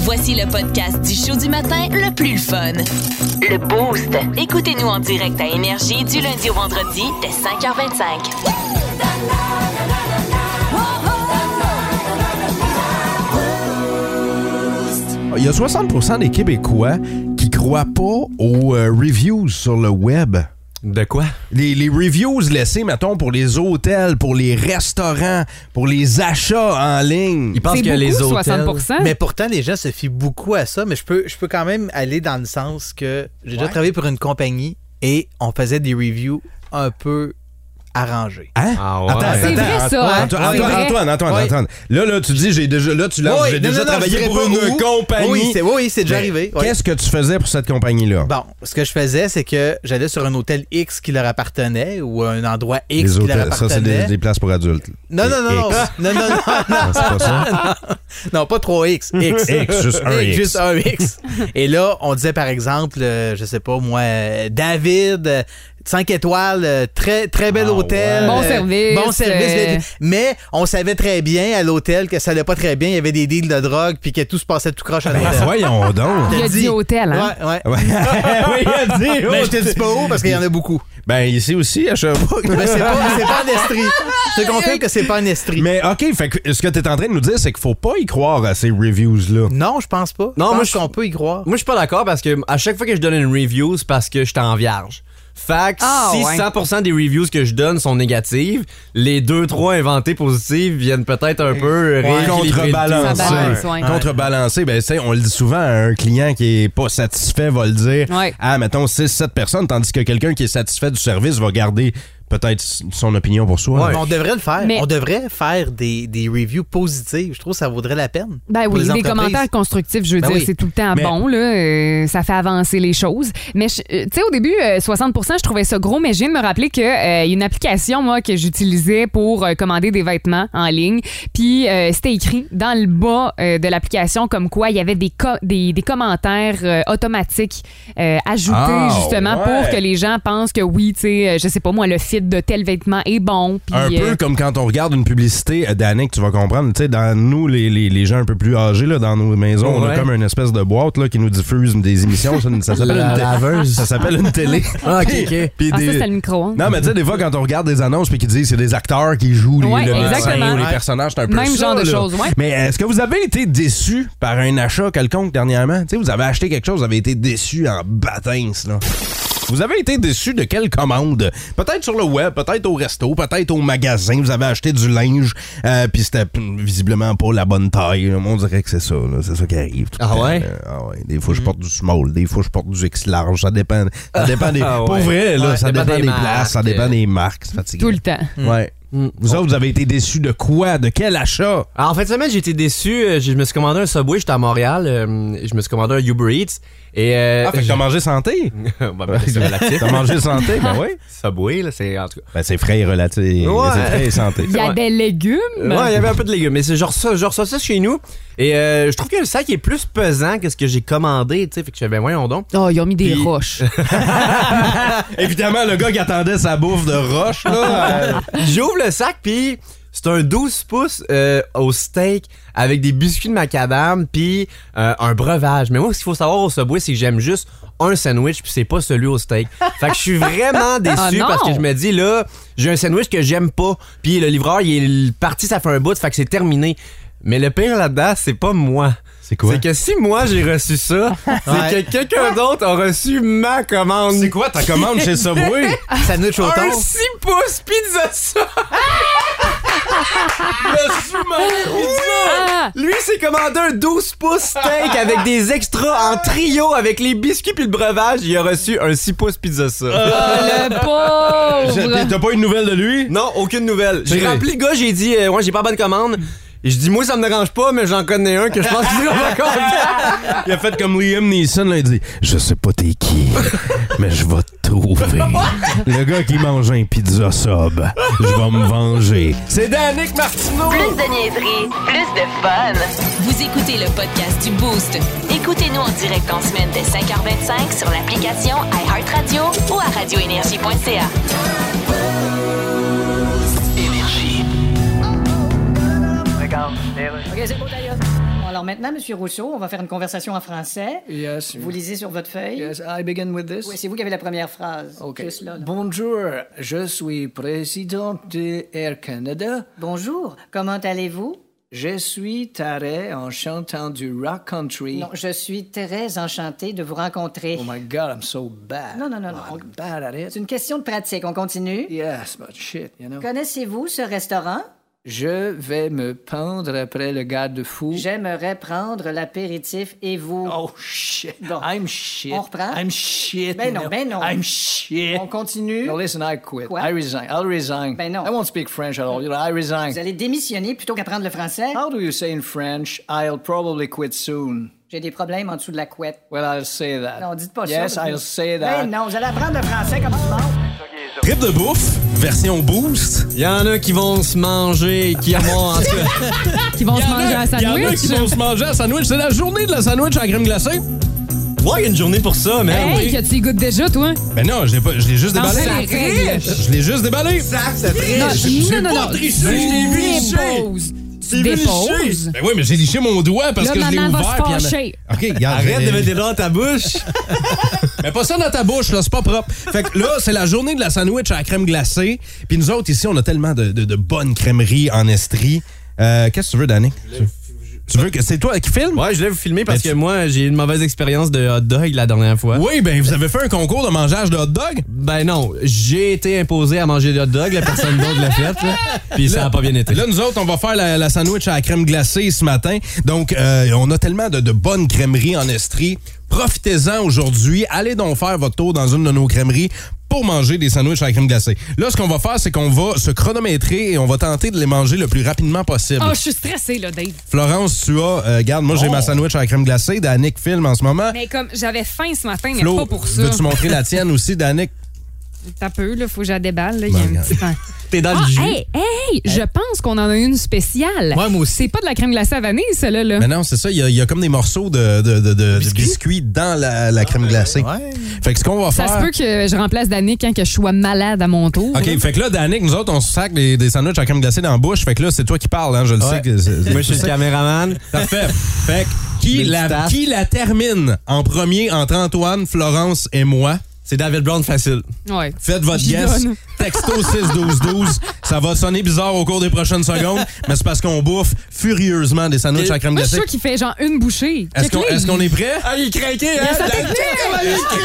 Voici le podcast du show du matin le plus le fun. Le Boost. Écoutez-nous en direct à Énergie du lundi au vendredi dès 5h25. Il y a 60 des Québécois qui croient pas aux euh, reviews sur le web. De quoi? Les, les reviews laissées, mettons, pour les hôtels, pour les restaurants, pour les achats en ligne. Ils pensent C'est que beaucoup, les hôtels... 60%. Mais pourtant, les gens se fient beaucoup à ça, mais je peux, je peux quand même aller dans le sens que j'ai déjà travaillé pour une compagnie et on faisait des reviews un peu arrangées. Hein? Ah ouais. Attends, C'est attends, vrai, Anto- ça, hein? Anto- C'est Antoine, vrai. Antoine, Antoine, Oui. Antoine. Là, là, tu dis, j'ai déjà, là, tu lances, Oui, j'ai non, déjà non, non, je travaillé dirais pour pas une où. compagnie. Oui, c'est oui, c'est déjà Mais arrivé. oui. Bah, Qu'est-ce que tu faisais pour cette compagnie-là? Bon, ce que je faisais, c'est que j'allais sur un hôtel X qui leur appartenait ou un endroit Les X qui leur hôtels, ça, c'est appartenait. des, des places pour adultes. Non, non, non, non, X. non, non, non, Ah, c'est pas ça? non, pas 3X, X. X, juste un X. Juste un X. Et là, on disait par exemple, euh, je sais pas moi, euh, David, 5 étoiles, euh, très, très bel Ah hôtel. ouais. Bon euh, service, Bon service. euh. Mais on savait très bien à l'hôtel que ça allait pas très bien, il y avait des deals de drogue, puis que tout se passait tout croche à Ben, l'hôtel. voyons donc. Il a dit hôtel, hein? Ouais, ouais. Ouais. Ben, oui, il a dit. Mais je te dis oh, pas où parce qu'il y en a beaucoup. Ben, ici aussi, à Sherbrooke. Mais c'est pas, c'est pas en estrie. Je te confirme que c'est pas en estrie. Mais OK, fait que ce que tu es en train de nous dire, c'est qu'il faut pas y croire à ces reviews-là. Non, je pense pas. Non, je moi, pense je- qu'on peut y croire. Moi, je suis pas d'accord parce que à chaque fois que je donne une review, c'est parce que je suis en vierge. Fait que Ah, si ouais. 100% des reviews que je donne sont négatives, les 2-3 inventées positives viennent peut-être un peu rééquilibrer le Contrebalancer. Ça balance, ouais. Contrebalancer. Ben, tu sais, on le dit souvent à un client qui est pas satisfait va le dire Ouais. à, mettons, 6-7 personnes, tandis que quelqu'un qui est satisfait du service va garder peut-être son opinion pour soi. Mais On devrait le faire. Mais- On devrait faire des, des reviews positives. Je trouve que ça vaudrait la peine. Ben pour oui, les des entreprises. commentaires constructifs, je veux Ben dire, oui. c'est tout le temps Mais- bon, là. euh, ça fait avancer les choses. Mais, je- euh, tu sais, au début, euh, 60 je trouvais ça gros, mais je viens de me rappeler qu'il y a une application, moi, que j'utilisais pour euh, commander des vêtements en ligne. Puis, euh, c'était écrit dans le bas euh, de l'application comme quoi il y avait des, co- des, des commentaires euh, automatiques euh, ajoutés, Ah, justement, ouais. pour que les gens pensent que oui, tu sais, euh, je sais pas, moi, le fit de tel vêtement est bon. Puis, Un euh, peu comme quand on regarde une publicité euh, d'Annick, tu vas comprendre. Tu sais, dans nous, les, les, les gens un peu plus âgés, là, dans nos maisons, on a Ouais. comme une espèce de boîte là, qui nous diffuse des émissions. Ça, ça s'appelle La une, té- laveuse. ça s'appelle une télé. Ah, ok, ok. Puis ah, ça, des- c'était le micro. Non, mais tu sais, des fois, quand on regarde des annonces puis qu'ils disent c'est des acteurs qui jouent les, Ouais, le médecin exactement. ou les Ouais. personnages, c'est un peu Même ça, genre de là. choses, ouais. Mais est-ce que vous avez été déçu par un achat quelconque dernièrement? Tu sais, vous avez acheté quelque chose, vous avez été déçu en batince, là. Vous avez été déçu de quelle commande? Peut-être sur le web, peut-être au resto, peut-être au magasin. Vous avez acheté du linge, euh, puis c'était mm, visiblement pas la bonne taille. là. Moi, on dirait que c'est ça. là. C'est ça qui arrive. tout le Ah temps, ouais? là. Ah ouais. Des Mm. fois, je porte du small. Des fois, je porte du X large. Ça dépend, ça dépend des... Ah ouais. Pour vrai, là, Ouais, ça ça dépend, dépend des, des places, ça marques. Hmm. dépend des marques. C'est fatigué. Tout le temps. Ouais. Vous autres, vous avez été déçus de quoi? De quel achat? Alors, Ah, en fin de semaine, j'ai été déçu. euh, Je me suis commandé un Subway, j'étais à Montréal. euh, Je me suis commandé un Uber Eats. Et, euh, Ah, fait que je- t'as mangé santé? Bon, ben, c'est relatif. t'as mangé santé? Ben oui. Subway, là, c'est en tout cas. Ben c'est frais et relatif. Ouais. C'est frais et santé. Il y a Ouais. des légumes. Ouais, il y avait un peu de légumes, mais c'est genre ça, genre ça, ça chez nous. Et euh, je trouve que le sac est plus pesant que ce que j'ai commandé, tu sais, fait que je fais, ben, voyons donc. Oh, ils ont mis des Puis- roches. Évidemment, le gars qui attendait sa bouffe de roche, là. euh, J'ouvre le sac, puis c'est un 12 pouces euh, au steak avec des biscuits de macadam, puis euh, un breuvage. Mais moi, ce qu'il faut savoir au Subway, c'est que j'aime juste un sandwich, puis c'est pas celui au steak. Fait que je suis vraiment déçu non! parce que je me dis, là, j'ai un sandwich que j'aime pas, puis le livreur, il est parti, ça fait un bout, fait que c'est terminé. Mais le pire là-dedans, c'est pas moi. C'est quoi? C'est que si moi j'ai reçu ça, c'est Ouais. que quelqu'un d'autre a reçu ma commande. C'est quoi ta commande chez Subway? Sandwich au Un thon. 6 pouces pizza ça. Le sous-marin pizza! Lui, c'est commandé un 12 pouces steak avec des extras en trio avec les biscuits puis le breuvage. Il a reçu un 6 pouces pizza ça. Ah, le Je- pauvre! t'as- T'as pas une nouvelle de lui? Non, aucune nouvelle. J'ai C'est- rappelé le gars, j'ai dit, euh, ouais, j'ai pas bonne commande. Et je dis, moi, ça me dérange pas, mais j'en connais un que je pense qu'il va content. Il a fait comme Liam Neeson, là, il dit Je sais pas t'es qui, mais je vais te trouver. Le gars qui mange un pizza sub, je vais me venger. C'est Danick Martineau. Plus de niaiserie, plus de fun. Vous écoutez le podcast du Boost. Écoutez-nous en direct en semaine dès 5h25 sur l'application iHeartRadio ou à radioénergie.ca. Regarde, les rues. Alors maintenant, Monsieur Rousseau, on va faire une conversation en français. Yes. Vous lisez sur votre feuille. Yes, I begin with this. Oui, c'est vous qui avez la première phrase. OK. C'est cela, là. Bonjour, je suis président de Air Canada. Bonjour, comment allez-vous? Je suis taré en chantant du rock country. Non, je suis très enchantée de vous rencontrer. Oh my God, I'm so bad. Non, non, non, non. Oh, I'm bad at it. C'est une question de pratique. On continue. Yes, but shit, you know. Connaissez-vous ce restaurant? Je vais me pendre après le garde-fou. J'aimerais prendre l'apéritif et vous. Oh shit. Bon. I'm shit. On reprend? I'm shit. Ben you non, know. ben non. I'm shit. On continue. No, listen, I quit. Quoi? I resign. I'll resign. Ben non. I won't speak French at all. You know, I resign. Vous allez démissionner plutôt qu'apprendre le français? How do you say in French, I'll probably quit soon? J'ai des problèmes en dessous de la couette. Well, I'll say that. Non, dites pas ça. Yes, parce que- I'll say that. Ben non, vous allez apprendre le français comme tout le monde. Trip de bouffe, version boost. Il y en a qui vont se manger, qui vont en tout cas- Qui vont se manger un Il y en a qui sandwich. vont se manger un sandwich. C'est la journée de la sandwich à la crème glacée. Ouais, il y a une journée pour ça, man. Hey, que tu y goûtes déjà, toi? Ben non, je l'ai pas- je l'ai juste Non, déballé. c'est les règles. Je l'ai juste déballé. Ça, ça triche. Non, non, non, non. triché, je l'ai vu licher. Dépose. Dépose. Ben oui, mais j'ai liché mon doigt parce Là, que je l'ai maman va ouvert. se puis il y en a- fâcher. OK, regarde, Arrête de euh, mettre des doigts dans ta bouche. Mais pas ça dans ta bouche, là, c'est pas propre. Fait que là, c'est la journée de la sandwich à la crème glacée. Puis nous autres, ici, on a tellement de, de- de bonnes crèmeries en estrie. Euh, Qu'est-ce que tu veux, Danny? Tu, tu veux que c'est toi qui filme? Ouais, je vais vous filmer parce Mais tu- que moi, j'ai eu une mauvaise expérience de hot dog la dernière fois. Oui, ben vous avez fait un concours de mangeage de hot dog. Ben non, j'ai été imposé à manger des hot dogs, la personne d'autre l'a fait, là. Puis ça a pas bien été. Là, nous autres, on va faire la, la sandwich à la crème glacée ce matin. Donc, euh, on a tellement de, de bonnes crèmeries en Estrie. Profitez-en aujourd'hui. Allez donc faire votre tour dans une de nos crèmeries pour manger des sandwichs à la crème glacée. Là, ce qu'on va faire, c'est qu'on va se chronométrer et on va tenter de les manger le plus rapidement possible. Oh, je suis stressée, là, Dave. Florence, tu as... euh, regarde, moi, j'ai ma sandwich à la crème glacée. Danick filme en ce moment. Mais comme j'avais faim ce matin, mais Flo, pas pour ça. veux-tu montrer la tienne aussi, Danick? T'as peu, là, faut que je la déballe, là, il y a Ben, un petit temps. T'es dans Ah, le jus. hey, hey, je pense qu'on en a une spéciale. Ouais, moi aussi. C'est pas de la crème glacée à vanille, celle-là, là. Mais non, c'est ça. Il y, a- il y a comme des morceaux de, de, de- de- de biscuits? dans la, la crème glacée. Ouais. Fait que ce qu'on va Ah, Ça faire... se peut que je remplace Danick quand que je sois malade à mon tour. OK, fait que là, Danick, nous autres, on se sac des, des sandwichs à crème glacée dans la bouche. Fait que là, c'est toi qui parles, hein, je le sais. Ouais. Que c'est- Moi, je suis le caméraman. Parfait. Fait que qui Des la, tasses. qui la termine en premier entre Antoine, Florence et moi? C'est David Brown facile. Ouais. Faites votre J'y guess. donne. Texto 6-12-12. Ça va sonner bizarre au cours des prochaines secondes, mais c'est parce qu'on bouffe furieusement des sandwichs à crème Moi, je suis glacée. sûr qu'il fait genre une bouchée. Est-ce qu'on est, qu'on est prêt? Ah, il est craqué, hein?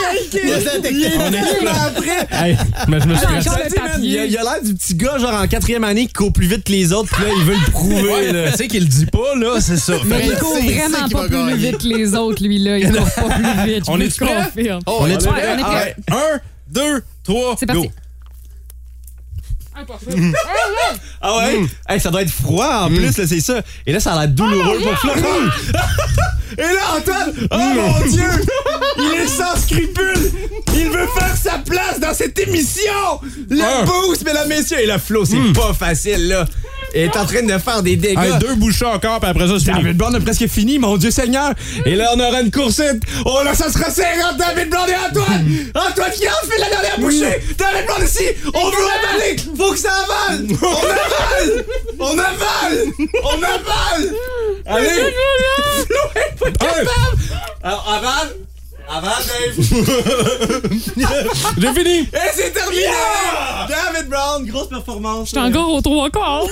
On est après. Hey, mais je me suis Ah, fait- Genre Ça le dit, man, papier. Il a il a l'air du petit gars, genre en quatrième année, qui court plus vite que les autres, puis là, il veut le Ouais, prouver, mais là. tu sais qu'il le dit pas, là, c'est ça. Fait Mais que- il court C'est- c'est vraiment qui pas va plus gagner. vite que les autres, lui, là. Il court pas plus vite. je On vous le est-tu prêt? confirme. on est-tu Ouais, prêt? on est prêt. Ah ouais. Un, deux, trois, C'est parti. go. Un pour ça. Ah, ouais. Ah ouais? Mm. Hey, ça doit être froid en plus, là, c'est ça. Et là, ça a l'air douloureux pour Florent. Et là, Antoine, oh mon Dieu! Il est sans scrupule! Il veut faire sa place dans cette émission! Le Ah. boost, mesdames, messieurs! Et là, Flo, c'est pas facile, là. Il est en train Mm. de faire des dégâts. Hey, deux bouchées encore, puis après ça, c'est fini. David Brown a presque fini, mon Dieu Seigneur! Et là, on aura une coursette! Oh là, ça sera serré entre David Brown et Antoine! Antoine qui en fait la dernière bouchée! David Brown ici! On veut avaler! Faut que ça avale! On avale! On avale! On avale! Allez! Flo est pas capable! Alors, avale! Avale, Dave! J'ai fini. Et c'est terminé! David Brown, grosse performance! J'étais encore au trois quarts.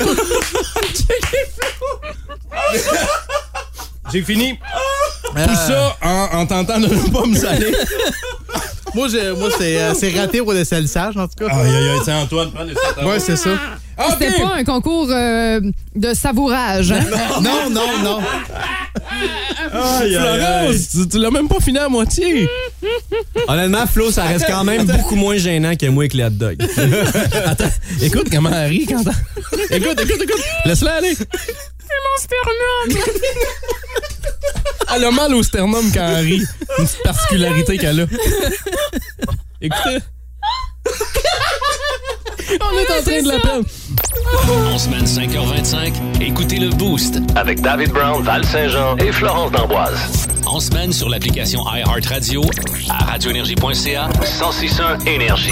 J'ai fini. Ah. Tout ça en, en tentant de ne pas me saler. Moi, je- moi, c'est euh, c'est raté pour le salissage, en tout cas. Aïe, aïe, aïe, c'est Antoine, prends le Ouais, c'est ça. Ah, C'était pas un concours euh, de savourage, hein? Non, non, non. Florence, tu, tu l'as même pas fini à moitié. Honnêtement, Flo, ça reste quand même beaucoup moins gênant que moi avec les hot dogs. Écoute comment elle rit quand elle- Écoute, écoute, écoute. Laisse-la aller. Elle a mal au sternum quand elle rit. Une petite particularité qu'elle a. Écoutez. On est en train de la perdre. En semaine 5h25, écoutez le Boost. Avec David Brown, Val Saint-Jean et Florence D'Amboise. En semaine sur l'application iHeartRadio, à radioénergie.ca 1061 Énergie.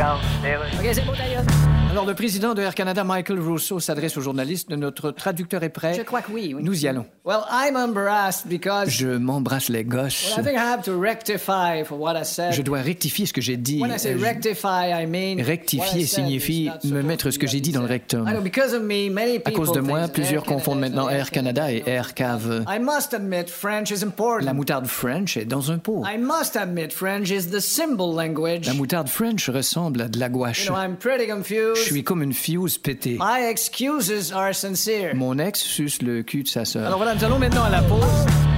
OK, c'est bon, d'ailleurs. Alors, le président de Air Canada, Michael Rousseau, s'adresse aux journalistes. Notre traducteur est prêt. Je crois que oui, oui. Nous y allons. Well, I'm embarrassed because Je m'embrasse les gosses. well, I think I have to rectify for what I said. Je dois rectifier ce que j'ai dit. When I say Euh, je- rectify, I mean Rectifier signifie me mettre ce que j'ai dit dans le rectum. I know, because of me, many À people cause de think moi, that plusieurs Air Canada Ah. confondent is maintenant not Air Canada et Air Cave. I must admit, French is La important. moutarde French est dans un pot. I must admit, French is the symbol language. La moutarde French ressemble à de la You gouache. know, I'm pretty Je confused. suis comme une fiouse pétée. My excuses are sincere. Mon ex suce le cul de sa sœur. Alors voilà, nous allons maintenant à la pause.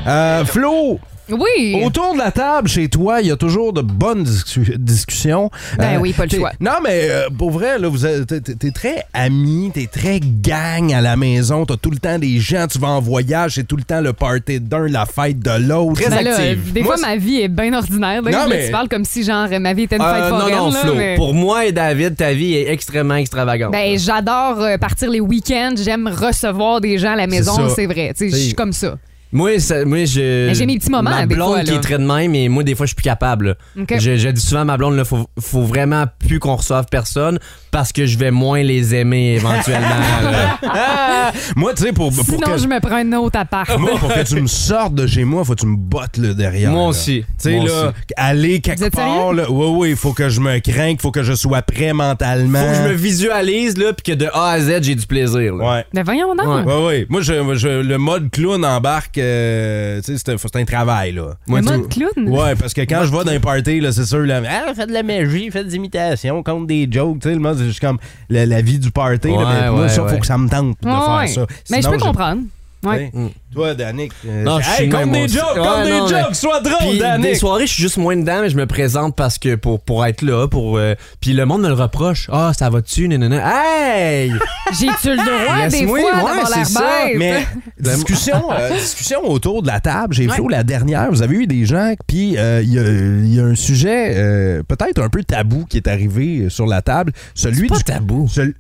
Euh, Flo, Oui. autour de la table chez toi, il y a toujours de bonnes discu- discussions. Euh, Ben oui, pas le t'es- choix. Non, mais euh, pour vrai, là, vous êtes- t'es- t'es t'es très ami, t'es très gang à la maison, t'as tout le temps des gens, tu vas en voyage, c'est tout le temps le party d'un, la fête de l'autre. Ben là, euh, des Moi, fois, ma vie est bien ordinaire. Donc, Non, là, mais- Tu parles comme si, genre, ma vie était une fête Euh, non, foraine. non, là, Flo. mais- Pour moi et David, ta vie est extrêmement extravagante. Ben, j'adore euh, partir les week-ends. J'aime recevoir des gens à la maison, ça. c'est vrai. Tu sais, je suis comme ça. Moi, ça- moi je. Mais j'ai mes petits moments, Ma des blonde fois, qui là. est très de même, mais moi, des fois, je suis plus capable. là. OK. Je, je dis souvent à ma blonde, là, faut, faut vraiment plus qu'on reçoive personne parce que je vais moins les aimer éventuellement. là. Moi, tu sais, pour, Bah, pour Sinon, que... je me prends un autre appart. Moi, pour que tu me sortes de chez moi, faut que tu me bottes là, derrière. Moi là. aussi. Tu sais, Moi là, aussi. aller Vous quelque êtes part, là, oui, oui, il faut que je me crains, faut que je sois prêt mentalement. Faut que je me visualise, là, puis que de A à Z, j'ai du plaisir. là. Ouais. Mais voyons donc. Ouais. Ouais, ouais. Moi, je, je- le mode clown embarque. euh, tu sais, c'est un- c'est un travail, là. Le mode clown. Ouais, parce que quand je vais dans les parties, là, c'est sûr, là, ah, faites de la magie, faites des imitations, compte des jokes, tu sais, le mode, c'est juste comme la, la vie du party, là, Ouais, mais moi, ouais, ça, ouais. faut que ça me tente de Ouais, faire ouais. ça. Mais je Sinon, Hein? peux comprendre. Ouais. T'sais, Toi, Danick, euh, Non, hey, je suis de compte même, des moi aussi. jokes, Ouais, compte non, des mais- jokes, sois drôle, Puis, des Danick! soirées, je suis juste moins dedans, mais je me présente parce que pour, pour être là, pour. euh, puis le monde me le reproche. Ah, ça va-tu, nanana. Hey! J'ai-tu le droit, Yes, Ah, des oui, fois, ouais, d'avoir c'est l'air ça, bête? Mais discussion, euh, discussion autour de la table. J'ai Flo la dernière. Vous avez eu des gens, puis euh, il y a- il y, a un sujet euh, peut-être un peu tabou qui est arrivé sur la table. Celui pas du tabou. cel-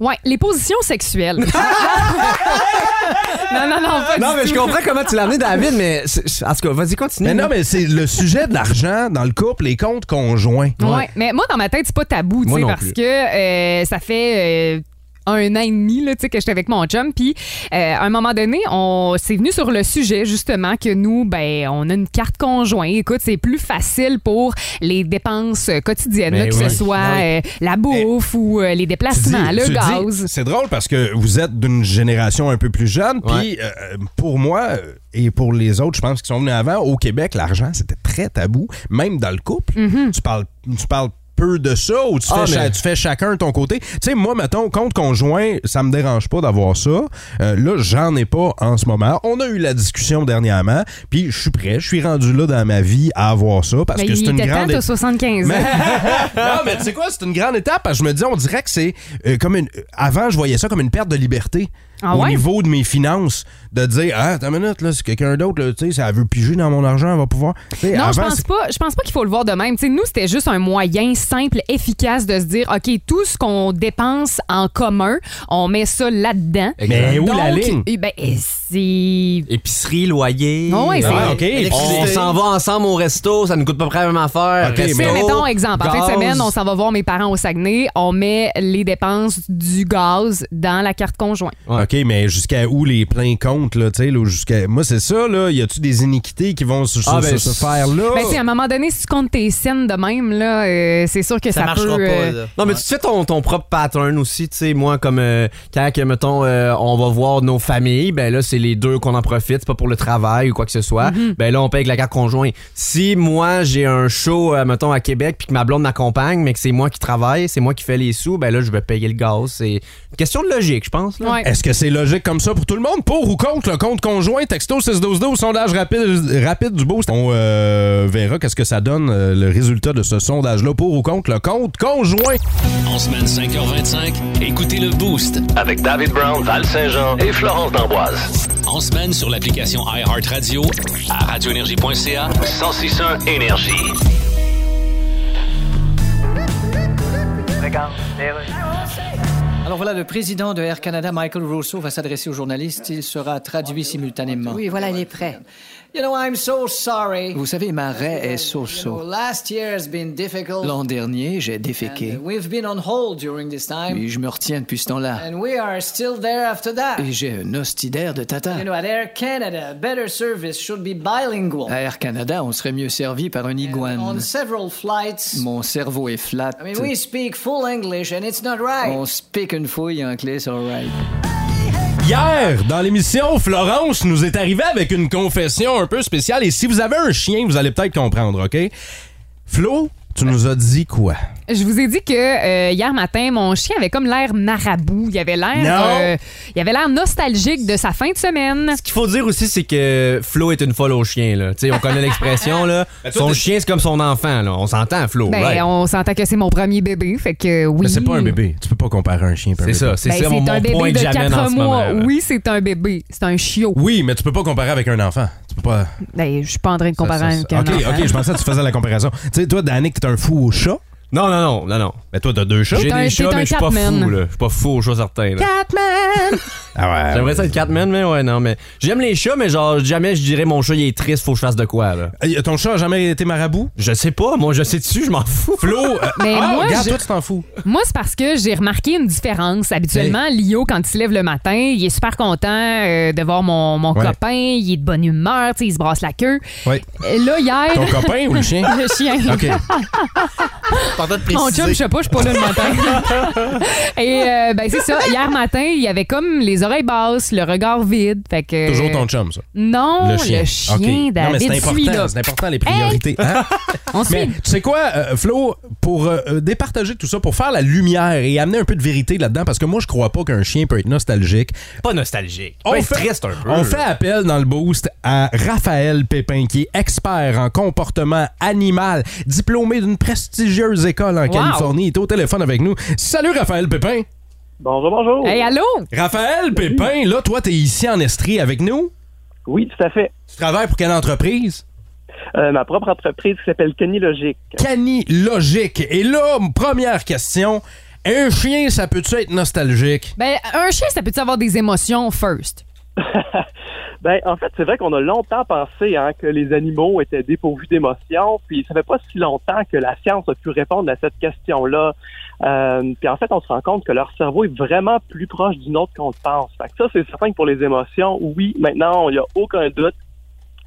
Ouais, les positions sexuelles. non, non, non, pas Non, du mais je tout. comprends comment tu l'as amené, David, mais. c'est- c'est- En tout cas, vas-y, continue. mais non, mais c'est le sujet de l'argent dans le couple, les comptes conjoints. Ouais. mais moi, dans ma tête, c'est pas tabou, tu Moi sais, non parce plus. que euh, ça fait. euh, un an et demi là, tu sais, que j'étais avec mon chum puis euh, à un moment donné on s'est venu sur le sujet justement que nous ben on a une carte conjointe écoute c'est plus facile pour les dépenses quotidiennes là, Mais que oui. ce soit euh, la bouffe ou euh, les Ben Eh, Tu dis- déplacements tu le dis- gaz C'est drôle parce que vous êtes d'une génération un peu plus jeune. Puis euh, pour moi euh, et pour les autres, je pense qui sont venus avant, au Québec, l'argent, c'était très tabou, même dans le couple. Mhm. Tu parles. Tu parles peu de ça ou tu fais, Ah, mais- cha- tu fais chacun de ton côté. Tu sais, moi, mettons, compte conjoint, ça me dérange pas d'avoir ça. Euh, là, j'en ai pas en ce moment. On a eu la discussion dernièrement, puis je suis prêt, je suis rendu là dans ma vie à avoir ça parce Ben, que c'est il une était temps, grande... t'as 75 ans. Mais- non, mais tu sais quoi, c'est une grande étape. parce que Je me dis, on dirait que c'est euh, comme une. euh, Avant, je voyais ça comme une perte de liberté. Ah au ouais? niveau de mes finances, de dire, ah, attends une minute, là, c'est quelqu'un d'autre, là, tu sais, ça veut piger dans mon argent, elle va pouvoir. Tu sais, Non, je avant, pense c'est- pas. Je pense pas qu'il faut le voir de même. Tu sais, nous, c'était juste un moyen simple, efficace de se dire, ok, tout ce qu'on dépense en commun, on met ça là-dedans. Mais où Donc, la ligne? eh ben, eh, c'est Épicerie, loyer. Ah ouais, c'est- Ah, OK. On Électricité. s'en va ensemble au resto, ça nous coûte pas près la même affaire. Ok, Resto, Tu sais, mettons, exemple, en fin de gaz. semaine, on s'en va voir mes parents au Saguenay, on met les dépenses du gaz dans la carte conjointe. Ouais. OK, mais jusqu'à où les pleins comptes, là, tu sais, là, jusqu'à. Moi, c'est ça, là. Y a-tu des iniquités qui vont se, se- Ah, se- ben, se faire, là? Ben, tu sais, à un moment donné, si tu comptes tes scènes de même, là, euh, c'est sûr que ça, Ça marchera peut... pas, euh, là. Non, mais tu te fais ton, ton propre pattern aussi, tu sais, moi, comme euh, quand, que, mettons, euh, on va voir nos familles, ben là, c'est les deux qu'on en profite, c'est pas pour le travail ou quoi que ce soit, ben là, on paye avec la carte conjointe. Si moi, j'ai un show, euh, mettons, à Québec, puis que ma blonde m'accompagne, mais que c'est moi qui travaille, c'est moi qui fais les sous, ben là, je vais payer le gaz. C'est une question de logique, je pense. là. Ouais. Est-ce que c'est logique comme ça pour tout le monde? Pour ou contre le compte conjoint? Texto 612-12, sondage rapide, rapide du boost. On euh, verra qu'est-ce que ça donne, euh, le résultat de ce sondage-là. Pour ou contre le compte conjoint? En semaine 5h25, écoutez le Boost. Avec David Brown, Val Saint-Jean et Florence D'Amboise. En semaine sur l'application iHeartRadio à radioénergie.ca. 1061 Énergie. Alors voilà, le président de Ah, Air Canada, Michael Rousseau, va s'adresser aux journalistes. Il sera traduit simultanément. Oui, voilà, il est prêt. You know, I'm so sorry. Vous savez, ma raie est You know, so-so. last year has been difficult. L'an dernier, j'ai And, déféqué. uh, we've been on hold during this time. Puis je me retiens depuis ce temps-là. And we are still there after that. Et j'ai un hostidaire de tata. You know, at Air Canada, better service should be bilingual. À Air Canada, on serait mieux servi par un On iguane. several flights. Mon cerveau est flat. I mean, we speak full English and it's not right. On se pique une fouille en clé, c'est alright. Hier, dans l'émission, Florence nous est arrivée avec une confession un peu spéciale. Et si vous avez un chien, vous allez peut-être comprendre, OK? Flo, tu nous as dit quoi? Je vous ai dit que euh, hier matin, mon chien avait comme l'air marabout. Il avait l'air, Non. euh, il avait l'air nostalgique de sa fin de semaine. Ce qu'il faut dire aussi, c'est que Flo est une folle au chien. Là. Tu sais, on connaît l'expression. là. Son chien, c'est comme son enfant. Là. On s'entend, Flo. Ben, right? on s'entend que c'est mon premier bébé, fait que euh, oui. Mais c'est pas un bébé. Tu peux pas comparer un chien par C'est ça, c'est Ben, ça mon, mon un bébé point de que j'amène en quatre ce mois. moment. là. oui, c'est un bébé. C'est un chiot. Oui, mais tu peux pas comparer avec un enfant. Tu peux pas. Ben, je suis pas en train de comparer Ça, ça, avec ça. un hein. OK, enfant. OK, je pensais que tu faisais la comparaison. Tu sais, toi, Danick, t'es un fou au chat. Non, non, non, non, non. Mais Ben, toi, t'as deux chats. J'ai un- des chats, t'es un mais je suis pas Catman. fou. Là. Je suis pas fou au chat certain. là. Catman! Ah J'aimerais ça être Catman, mais ouais, non, mais j'aime les chats, mais genre jamais je dirais mon chat il est triste, faut que je fasse de quoi là. Euh, Ton chat a jamais été marabout? Je sais pas, moi je sais dessus, je m'en fous. Flo, euh, Mais ah, moi, regarde, je- toi, tu t'en fous. Moi, c'est parce que j'ai remarqué une différence. Habituellement, Lio, quand il se lève le matin, il est super content euh, de voir mon, mon Ouais. copain. Il est de bonne humeur, tu sais, il se brasse la queue. Oui. Euh, Là, Ton hier, copain ou le chien? le chien. OK. T'entends Mon de chum, je préciser. sais pas, je suis pas là le matin. Et euh, ben c'est ça. Hier matin, il avait comme les oreilles basses, le regard vide. Fait que Toujours ton chum, ça. Non, Le chien. OK. Non, mais Oh, David, c'est celui-là. important. C'est important, les priorités. hein? On se Mais tu sais quoi, euh, Flo, pour euh, euh, départager tout ça, pour faire la lumière et amener un peu de vérité là-dedans, parce que moi, je crois pas qu'un chien peut être nostalgique. Pas nostalgique. On Pas fait- triste un peu. On fait appel dans le boost à Raphaël Pépin, qui est expert en comportement animal, diplômé d'une prestigieuse école en Californie. Il est au téléphone avec nous. Salut, Raphaël Pépin. Bonjour, bonjour. Hey, allô? Raphaël Pépin, là, toi, t'es ici en Estrie avec nous. Oui, tout à fait. Tu travailles pour quelle entreprise? Euh, ma propre entreprise qui s'appelle Kenny Logique. Cani Logique. Et là, première question. Un chien, ça peut-tu être nostalgique? Ben, un chien, ça peut avoir des émotions first? Ben, en fait, c'est vrai qu'on a longtemps pensé hein, que les animaux étaient dépourvus d'émotions, puis ça fait pas si longtemps que la science a pu répondre à cette question-là. Euh, puis en fait, on se rend compte que leur cerveau est vraiment plus proche d'une autre qu'on le pense. Fait que ça, c'est certain que pour les émotions, oui, maintenant, il n'y a aucun doute.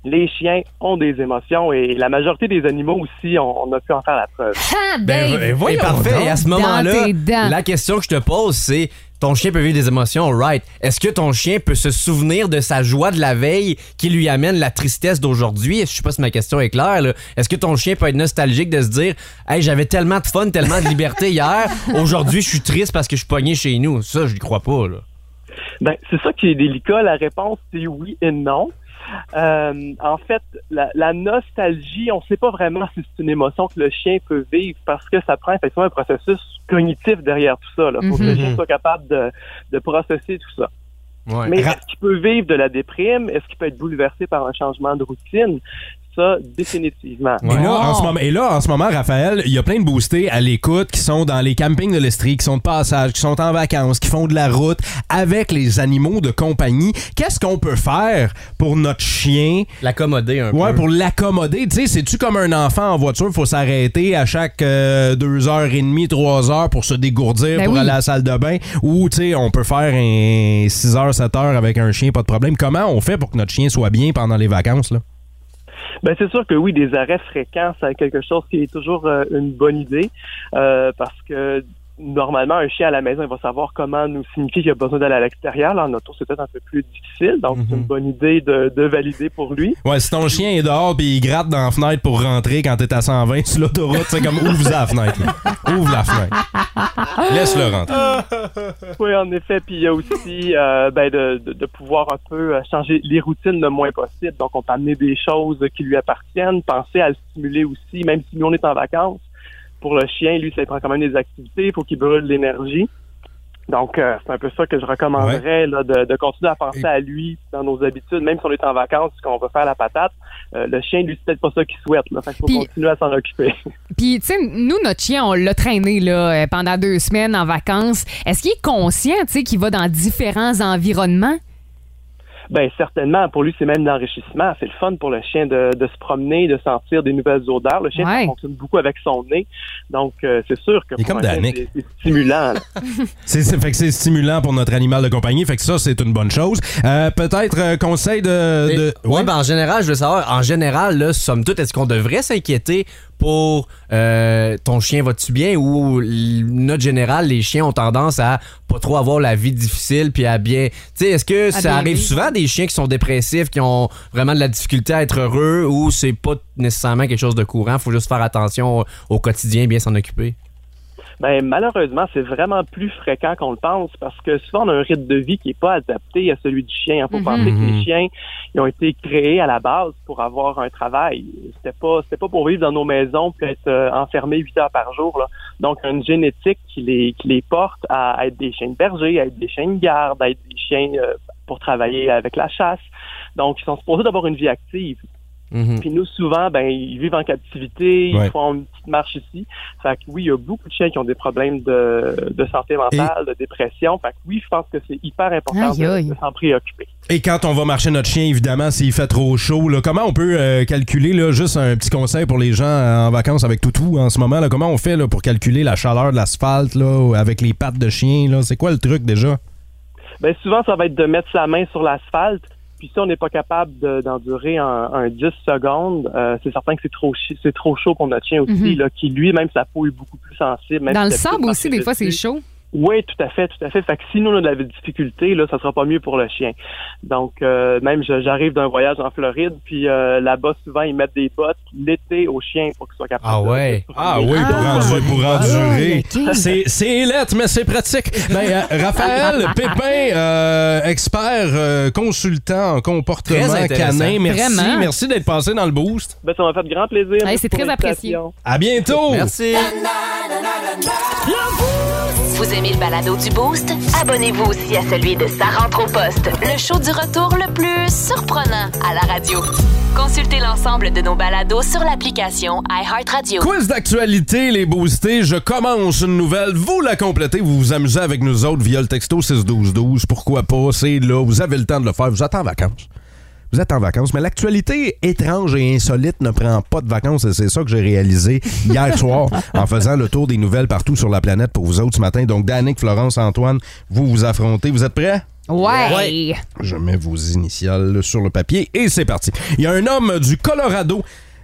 Les chiens ont des émotions et la majorité des animaux aussi, on, on a pu en faire la preuve. Ah, Ben, babe! eh, voyons Et parfait. donc. Et à ce Dans moment-là, tes dents. la question que je te pose, c'est ton chien peut vivre des émotions, right? Est-ce que ton chien peut se souvenir de sa joie de la veille qui lui amène la tristesse d'aujourd'hui? Je sais pas si ma question est claire. là. Est-ce que ton chien peut être nostalgique de se dire Hey, j'avais tellement de fun, tellement de liberté hier, aujourd'hui je suis triste parce que je suis pogné chez nous? Ça, je n'y crois pas. Là. Ben, c'est ça qui est délicat. La réponse, c'est oui et non. Euh, en fait, la, la nostalgie, on ne sait pas vraiment si c'est une émotion que le chien peut vivre parce que ça prend effectivement un processus cognitif derrière tout ça. Il faut que le Mhm. chien soit capable de, de processer tout ça. Ouais. Mais est-ce qu'il peut vivre de la déprime? Est-ce qu'il peut être bouleversé par un changement de routine? Ça, définitivement. Et, là, Wow. en ce moment, et là, en ce moment, Raphaël, il y a plein de boostés à l'écoute qui sont dans les campings de l'Estrie, qui sont de passage, qui sont en vacances, qui font de la route avec les animaux de compagnie. Qu'est-ce qu'on peut faire pour notre chien? L'accommoder un Ouais, peu. pour l'accommoder. Tu sais, c'est-tu comme un enfant en voiture? faut s'arrêter à chaque euh, deux heures et demie, trois heures pour se dégourdir, Ben pour oui. aller à la salle de bain. Ou, tu sais, on peut faire un 6 heures, 7 heures avec un chien, pas de problème. Comment on fait pour que notre chien soit bien pendant les vacances, là? Ben, c'est sûr que oui, des arrêts fréquents, c'est quelque chose qui est toujours euh, une bonne idée euh, parce que normalement, un chien à la maison, il va savoir comment nous signifier qu'il a besoin d'aller à l'extérieur. Là, en auto, c'est peut-être un peu plus difficile, donc c'est une bonne idée de, de valider pour lui. Ouais, si ton chien est dehors puis il gratte dans la fenêtre pour rentrer quand t'es à 120 sur l'autoroute, c'est comme ouvre la fenêtre. là. Ouvre la fenêtre. Laisse-le rentrer. Oui, en effet. Puis il y a aussi euh, ben, de, de, de pouvoir un peu euh, changer les routines le moins possible. Donc, on peut amener des choses qui lui appartiennent, penser à le stimuler aussi, même si nous, on est en vacances. Pour le chien, lui, ça prend quand même des activités, il faut qu'il brûle de l'énergie. Donc, euh, c'est un peu ça que je recommanderais, là, de, de continuer à penser Et- à lui dans nos habitudes, même si on est en vacances, qu'on va faire la patate. euh, le chien, lui, c'est peut-être pas ça qu'il souhaite. Là. Fait qu'il faut Puis- continuer à s'en occuper. Puis, tu sais, nous, notre chien, on l'a traîné là, euh, pendant deux semaines en vacances. Est-ce qu'il est conscient, tu sais, qu'il va dans différents environnements? Ben certainement, pour lui, c'est même l'enrichissement. C'est le fun pour le chien de, de se promener, de sentir des nouvelles odeurs. Le chien Ouais. ça fonctionne beaucoup avec son nez, donc euh, c'est sûr que Il est pour comme un chien, Danick. c'est c'est stimulant. là. C'est, c'est- fait que c'est stimulant pour notre animal de compagnie. Fait que ça, c'est une bonne chose. Euh, peut-être euh, conseil de. Mais- de- Ouais, ben en général, je veux savoir, en général, là, somme toute, est-ce qu'on devrait s'inquiéter pour euh, ton chien va-tu bien ou l- notre général, les chiens ont tendance à pas trop avoir la vie difficile puis à bien. Tu sais, est-ce que ça bien arrive vivre. souvent des chiens qui sont dépressifs, qui ont vraiment de la difficulté à être heureux ou c'est pas nécessairement quelque chose de courant, faut juste faire attention au, au quotidien, bien s'en occuper? Ben, malheureusement, c'est vraiment plus fréquent qu'on le pense parce que souvent on a un rythme de vie qui n'est pas adapté à celui du chien. Il faut Mhm. penser que les chiens ils ont été créés à la base pour avoir un travail. C'était pas c'était pas pour vivre dans nos maisons puis être euh, enfermés huit heures par jour. Là. Donc une génétique qui les qui les porte à, à être des chiens de berger, à être des chiens de garde, à être des chiens euh, pour travailler avec la chasse. Donc ils sont supposés d'avoir une vie active. Mhm. Puis nous, souvent, ben, ils vivent en captivité, Ouais. ils font une petite marche ici. Fait que oui, il y a beaucoup de chiens qui ont des problèmes de, de santé mentale, de dépression. Fait que oui, je pense que c'est hyper important Aïe, aïe. de, de s'en préoccuper. Et quand on va marcher notre chien, évidemment, s'il fait trop chaud, là, comment on peut euh, calculer, là, juste un petit conseil pour les gens euh, en vacances avec Toutou en ce moment, là, comment on fait là, pour calculer la chaleur de l'asphalte là, ou avec les pattes de chien? Là, c'est quoi le truc déjà? Ben, souvent, ça va être de mettre sa main sur l'asphalte. Puis si on n'est pas capable de- d'endurer un, un 10 secondes, euh, c'est certain que c'est trop chi- c'est trop chaud pour notre chien aussi, Mhm. là, qui lui, même sa peau est beaucoup plus sensible. même Dans le si d'habitude, sable aussi, marcher des fois, c'est dessus. chaud. Oui, tout à fait, tout à fait. Fait que si nous on a de la difficulté, là, ça sera pas mieux pour le chien. Donc, euh, même je- j'arrive d'un voyage en Floride, puis euh, là-bas, souvent, ils mettent des bottes l'été au chien pour qu'il soit capable Ah de- ouais. de se promener. Ah. endurer. Ah, ok. C'est, c'est lettre, mais c'est pratique. Ben, euh, Raphaël Pépin, euh, expert euh, consultant en Très comportement intéressant. canin, merci. Vraiment. Merci d'être passé dans le boost. Ben, ça m'a fait grand plaisir. Merci c'est pour très apprécié. l'invitation. À bientôt! Merci. Vous aimez le balado du Boost? Abonnez-vous aussi à celui de Sa rentre au poste, le show du retour le plus surprenant à la radio. Consultez l'ensemble de nos balados sur l'application iHeartRadio. Quiz d'actualité, les boostés. Je commence une nouvelle. Vous la complétez. Vous vous amusez avec nous autres via le texto 61212. Pourquoi pas? C'est là. Vous avez le temps de le faire. Vous êtes en vacances. Vous êtes en vacances, mais l'actualité étrange et insolite ne prend pas de vacances et c'est ça que j'ai réalisé hier soir en faisant le tour des nouvelles partout sur la planète pour vous autres ce matin. Donc, Danick, Florence, Antoine, vous vous affrontez. Vous êtes prêts? Ouais. Je mets vos initiales sur le papier et c'est parti. Il y a un homme du Colorado.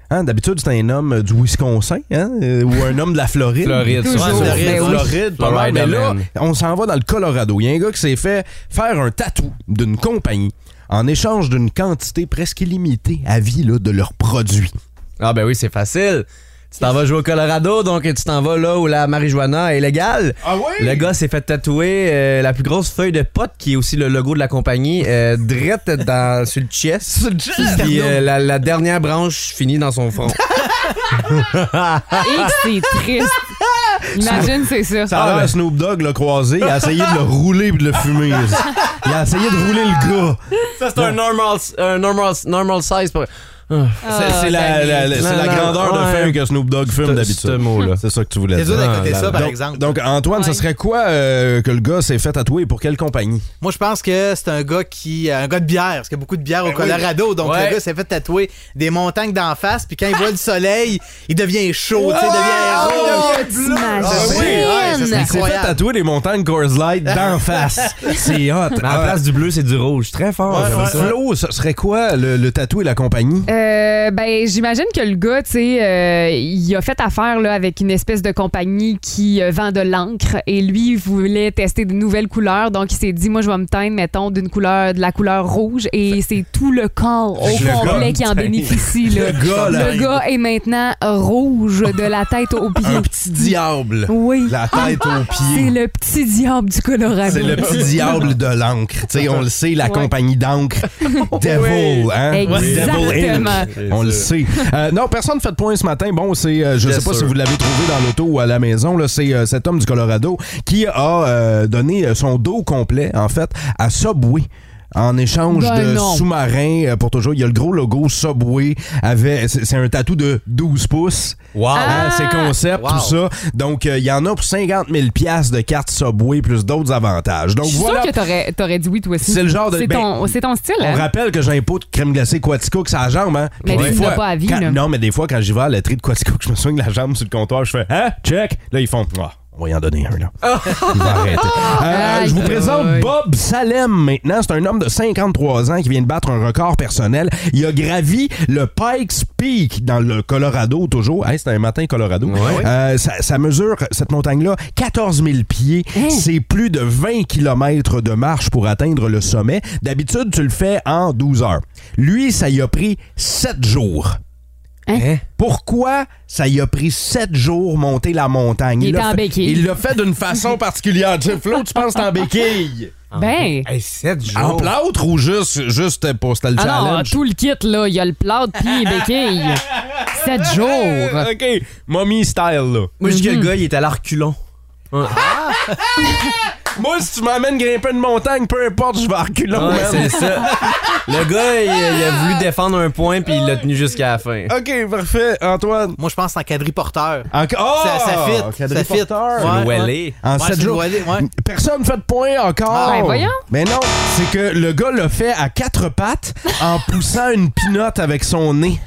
Hein, D'habitude, c'est un homme du Wisconsin hein, euh, ou un homme de la Floride. Floride, Toujours. souvent, c'est- Ben oui. Floride, pas mal, mais Florida là, man. on s'en va dans le Colorado. Il y a un gars qui s'est fait faire un tatou d'une compagnie en échange d'une quantité presque illimitée à vie là, de leurs produits. Ah ben oui, c'est facile. Tu t'en vas jouer au Colorado, donc tu t'en vas là où la marijuana est légale. Ah oui? Le gars s'est fait tatouer euh, la plus grosse feuille de pote, qui est aussi le logo de la compagnie, euh, drette dans, sur le chest. Sur le chest! Puis euh, la, la dernière branche finit dans son front. Et c'est triste. Imagine, c'est ça. Ah, Ça ben. a l'air Snoop Dogg l'a croisé, il a essayé de le rouler et de le fumer. Il a essayé de rouler le gars. Ça, c'est un normal, un normal, normal size. Pour... C'est c'est la, la- la- c'est la Ah, Non, non, grandeur de ouais. feuille que Snoop Dogg fume C'est- d'habitude. ce mot-là. C'est ça que tu voulais C'est dire. dur d'accoter Ah, ça, par donc- exemple. Donc, Antoine, ce Ouais. serait quoi euh, que le gars s'est fait tatouer pour quelle compagnie? Moi, je pense que c'est un gars qui. Un gars de bière, parce qu'il y a beaucoup de Ben bière au Colorado. Donc, Ouais. le gars s'est fait tatouer des montagnes d'en face. Puis quand il voit le soleil, il devient chaud, tu sais, il Ah! devient rouge. Oh, t'imagines. Ah oui, ouais, ça, Il s'est fait Incroyable. tatouer des montagnes Coors Light d'en face. C'est hot. Mais à la place du bleu, c'est du rouge. Très fort. Ah, Flo, ce serait quoi le, le tatoué et la compagnie? Euh, ben, j'imagine que le gars, tu sais, euh, il a fait affaire là, avec une espèce de compagnie qui euh, vend de l'encre et lui, il voulait tester de nouvelles couleurs. Donc, il s'est dit, moi, je vais me teindre, mettons, d'une couleur, de la couleur rouge et c'est tout le corps au Fait que le complet gars, qui en tiens, bénéficie. là. le gars, là, Le gars est maintenant rouge de la tête aux pieds. Un petit diable. Oui. La tête Ah, aux C'est pieds. le petit diable du Colorado. C'est le petit diable de l'encre. Tu sais, on le sait, la Ouais. compagnie d'encre. Devil, hein? Devil Inc. Exactement. On le sait. Euh, non, personne ne fait de point ce matin. Bon, c'est, euh, je ne Yes, sais pas sir. si vous l'avez trouvé dans l'auto ou à la maison. Là, c'est euh, cet homme du Colorado qui a euh, donné euh, son dos complet, en fait, à Subway. en échange Ben de non. sous-marin euh, pour toujours. Il y a le gros logo Subway avec c'est c'est un tatou de 12 pouces. Wow. Hein, c'est Ah! concept, Wow. tout ça. Donc, euh, il y en a pour 50 000 pièces de cartes Subway plus d'autres avantages. Donc, Je suis voilà. sûre que t'aurais, t'aurais dit oui, toi aussi. C'est le genre de- C'est ben, ton, c'est ton style, On hein? rappelle que j'ai un pot de crème glacée Quatico que sa jambe, hein? Mais Puis tu l'as pas à vie, quand- là. Non, mais des fois, quand j'y vais à la tri de Quatico, que je me soigne la jambe sur le comptoir, je fais Hein? Check! Là, ils font Ah, On va y en donner un, là. Il va arrêter. Euh, je vous présente Bob Salem maintenant. C'est un homme de 53 ans qui vient de battre un record personnel. Il a gravi le Pikes Peak dans le Colorado, toujours. Hey, C'était un matin Colorado. Euh, ça, ça mesure, cette montagne-là, 14 000 pieds. C'est plus de 20 km de marche pour atteindre le sommet. D'habitude, tu le fais en 12 heures. Lui, ça y a pris 7 jours. Hein? Pourquoi ça y a pris sept jours monter la montagne? Il était l'a en fait- béquille. Il l'a fait d'une façon particulière. Tu sais, Flo, tu penses que t'es en béquille? Ben. Hey, 7 jours. En plâtre ou juste, juste pour c'était le Ah non, challenge? tout le kit, là. Il y a le plâtre, puis les béquilles. Sept jours. Euh, OK. Mommy style, là. Moi, je dis que Mhm. le gars, il est à l'arculon. Ah! Ah! Moi, si tu m'emmènes grimper une montagne, peu importe, je vais reculer. Ouais, man. c'est ça. Le gars, il, il a voulu défendre un point, puis il l'a tenu jusqu'à la fin. OK, parfait. Antoine. Moi, je pense en quadriporteur. Encore. Ça- ça fit, Oh, ça quadriporteur. fit. C'est Ouais, le ouais. Wellet. En Ouais, sept c'est jours. une bonne idée, ouais. Personne fait de point encore. Ah, ben voyons. Mais non, c'est que le gars l'a fait à quatre pattes en poussant une pinotte avec son nez.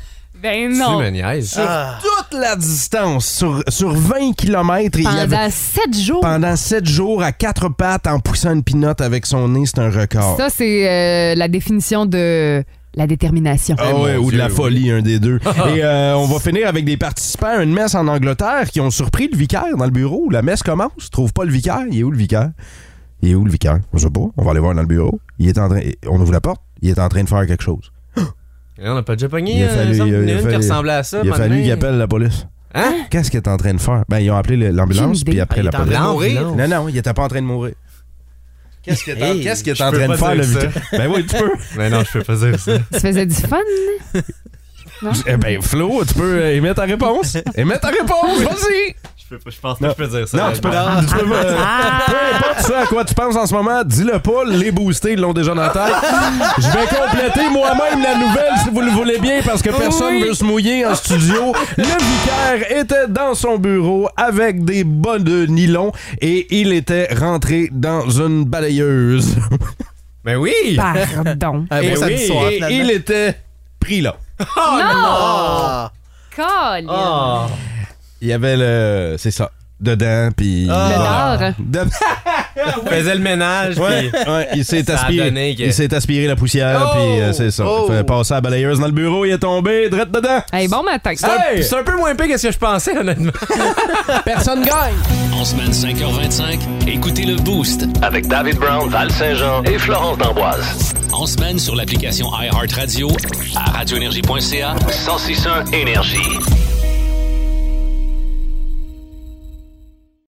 Ben Tu non. me niaises. Sur Ah, toute la distance, sur, sur 20 km, il y avait Pendant sept jours. pendant 7 jours à quatre pattes en poussant une pinotte avec son nez, c'est un record. Ça, c'est euh, la définition de la détermination. Ah ouais, ou de la folie, un des deux. Et euh, on va finir avec des participants à une messe en Angleterre qui ont surpris le vicaire dans le bureau. La messe commence, trouve pas le vicaire. Il est où le vicaire? Il est où le vicaire? Je sais pas. On va aller voir dans le bureau. Il est en train. On ouvre la porte. Il est en train de faire quelque chose. Et on n'a pas déjà pogné. Il a euh, fallu- il semble il a- qu'il y en il a a une qui fallu- ressemblait à ça. Il a maintenant. fallu qu'il appelle la police. Hein? Qu'est-ce qu'il est en train de faire? Ben, ils ont appelé le- l'ambulance, J'ai une puis idée. après Ah, Il la est en police. train de Non, mourir. non, il était pas en train de mourir. Qu'est-ce qu'il est, en- Hey, qu'est-ce qu'il est je en peux train de pas faire, le dire ça. vicaire? Ben oui, tu peux. Mais non, je peux pas dire ça. Tu faisais du fun? Eh ben, Flo, tu peux euh, émettre ta réponse. Émettre ta réponse, vas-y! Je, peux pas- je pense pas que je peux dire ça. Non, tu peux, tu peux- euh, peu importe ce à quoi tu penses en ce moment, dis-le pas, les boostés l'ont déjà dans la tête. Je vais compléter moi-même la nouvelle si vous le voulez bien parce que personne veut se mouiller en studio. Le vicaire était dans son bureau avec des bas de nylon et il était rentré dans une balayeuse. Mais oui! Bah. Pardon. Un Et beau samedi Ben oui, soir, et finalement. il était pris là. Ah. Colin. Ah. Il y avait le c'est ça dedans puis Le Ah. nord. De- Il faisait le ménage, Ouais, puis... ouais, il s'est Ça a aspiré, donné que- il s'est aspiré la poussière, Oh! puis euh, c'est ça. Oh! Il fait passer la balayeuse dans le bureau, il est tombé, drette dedans. Hey, bon matin. Hey! C'est un peu moins pire que ce que je pensais, honnêtement. Personne gagne! En semaine 5h25, écoutez le Boost. Avec David Brown, Val Saint-Jean et Florence D'Amboise. En semaine sur l'application iHeartRadio à radioénergie.ca. 1061 Énergie.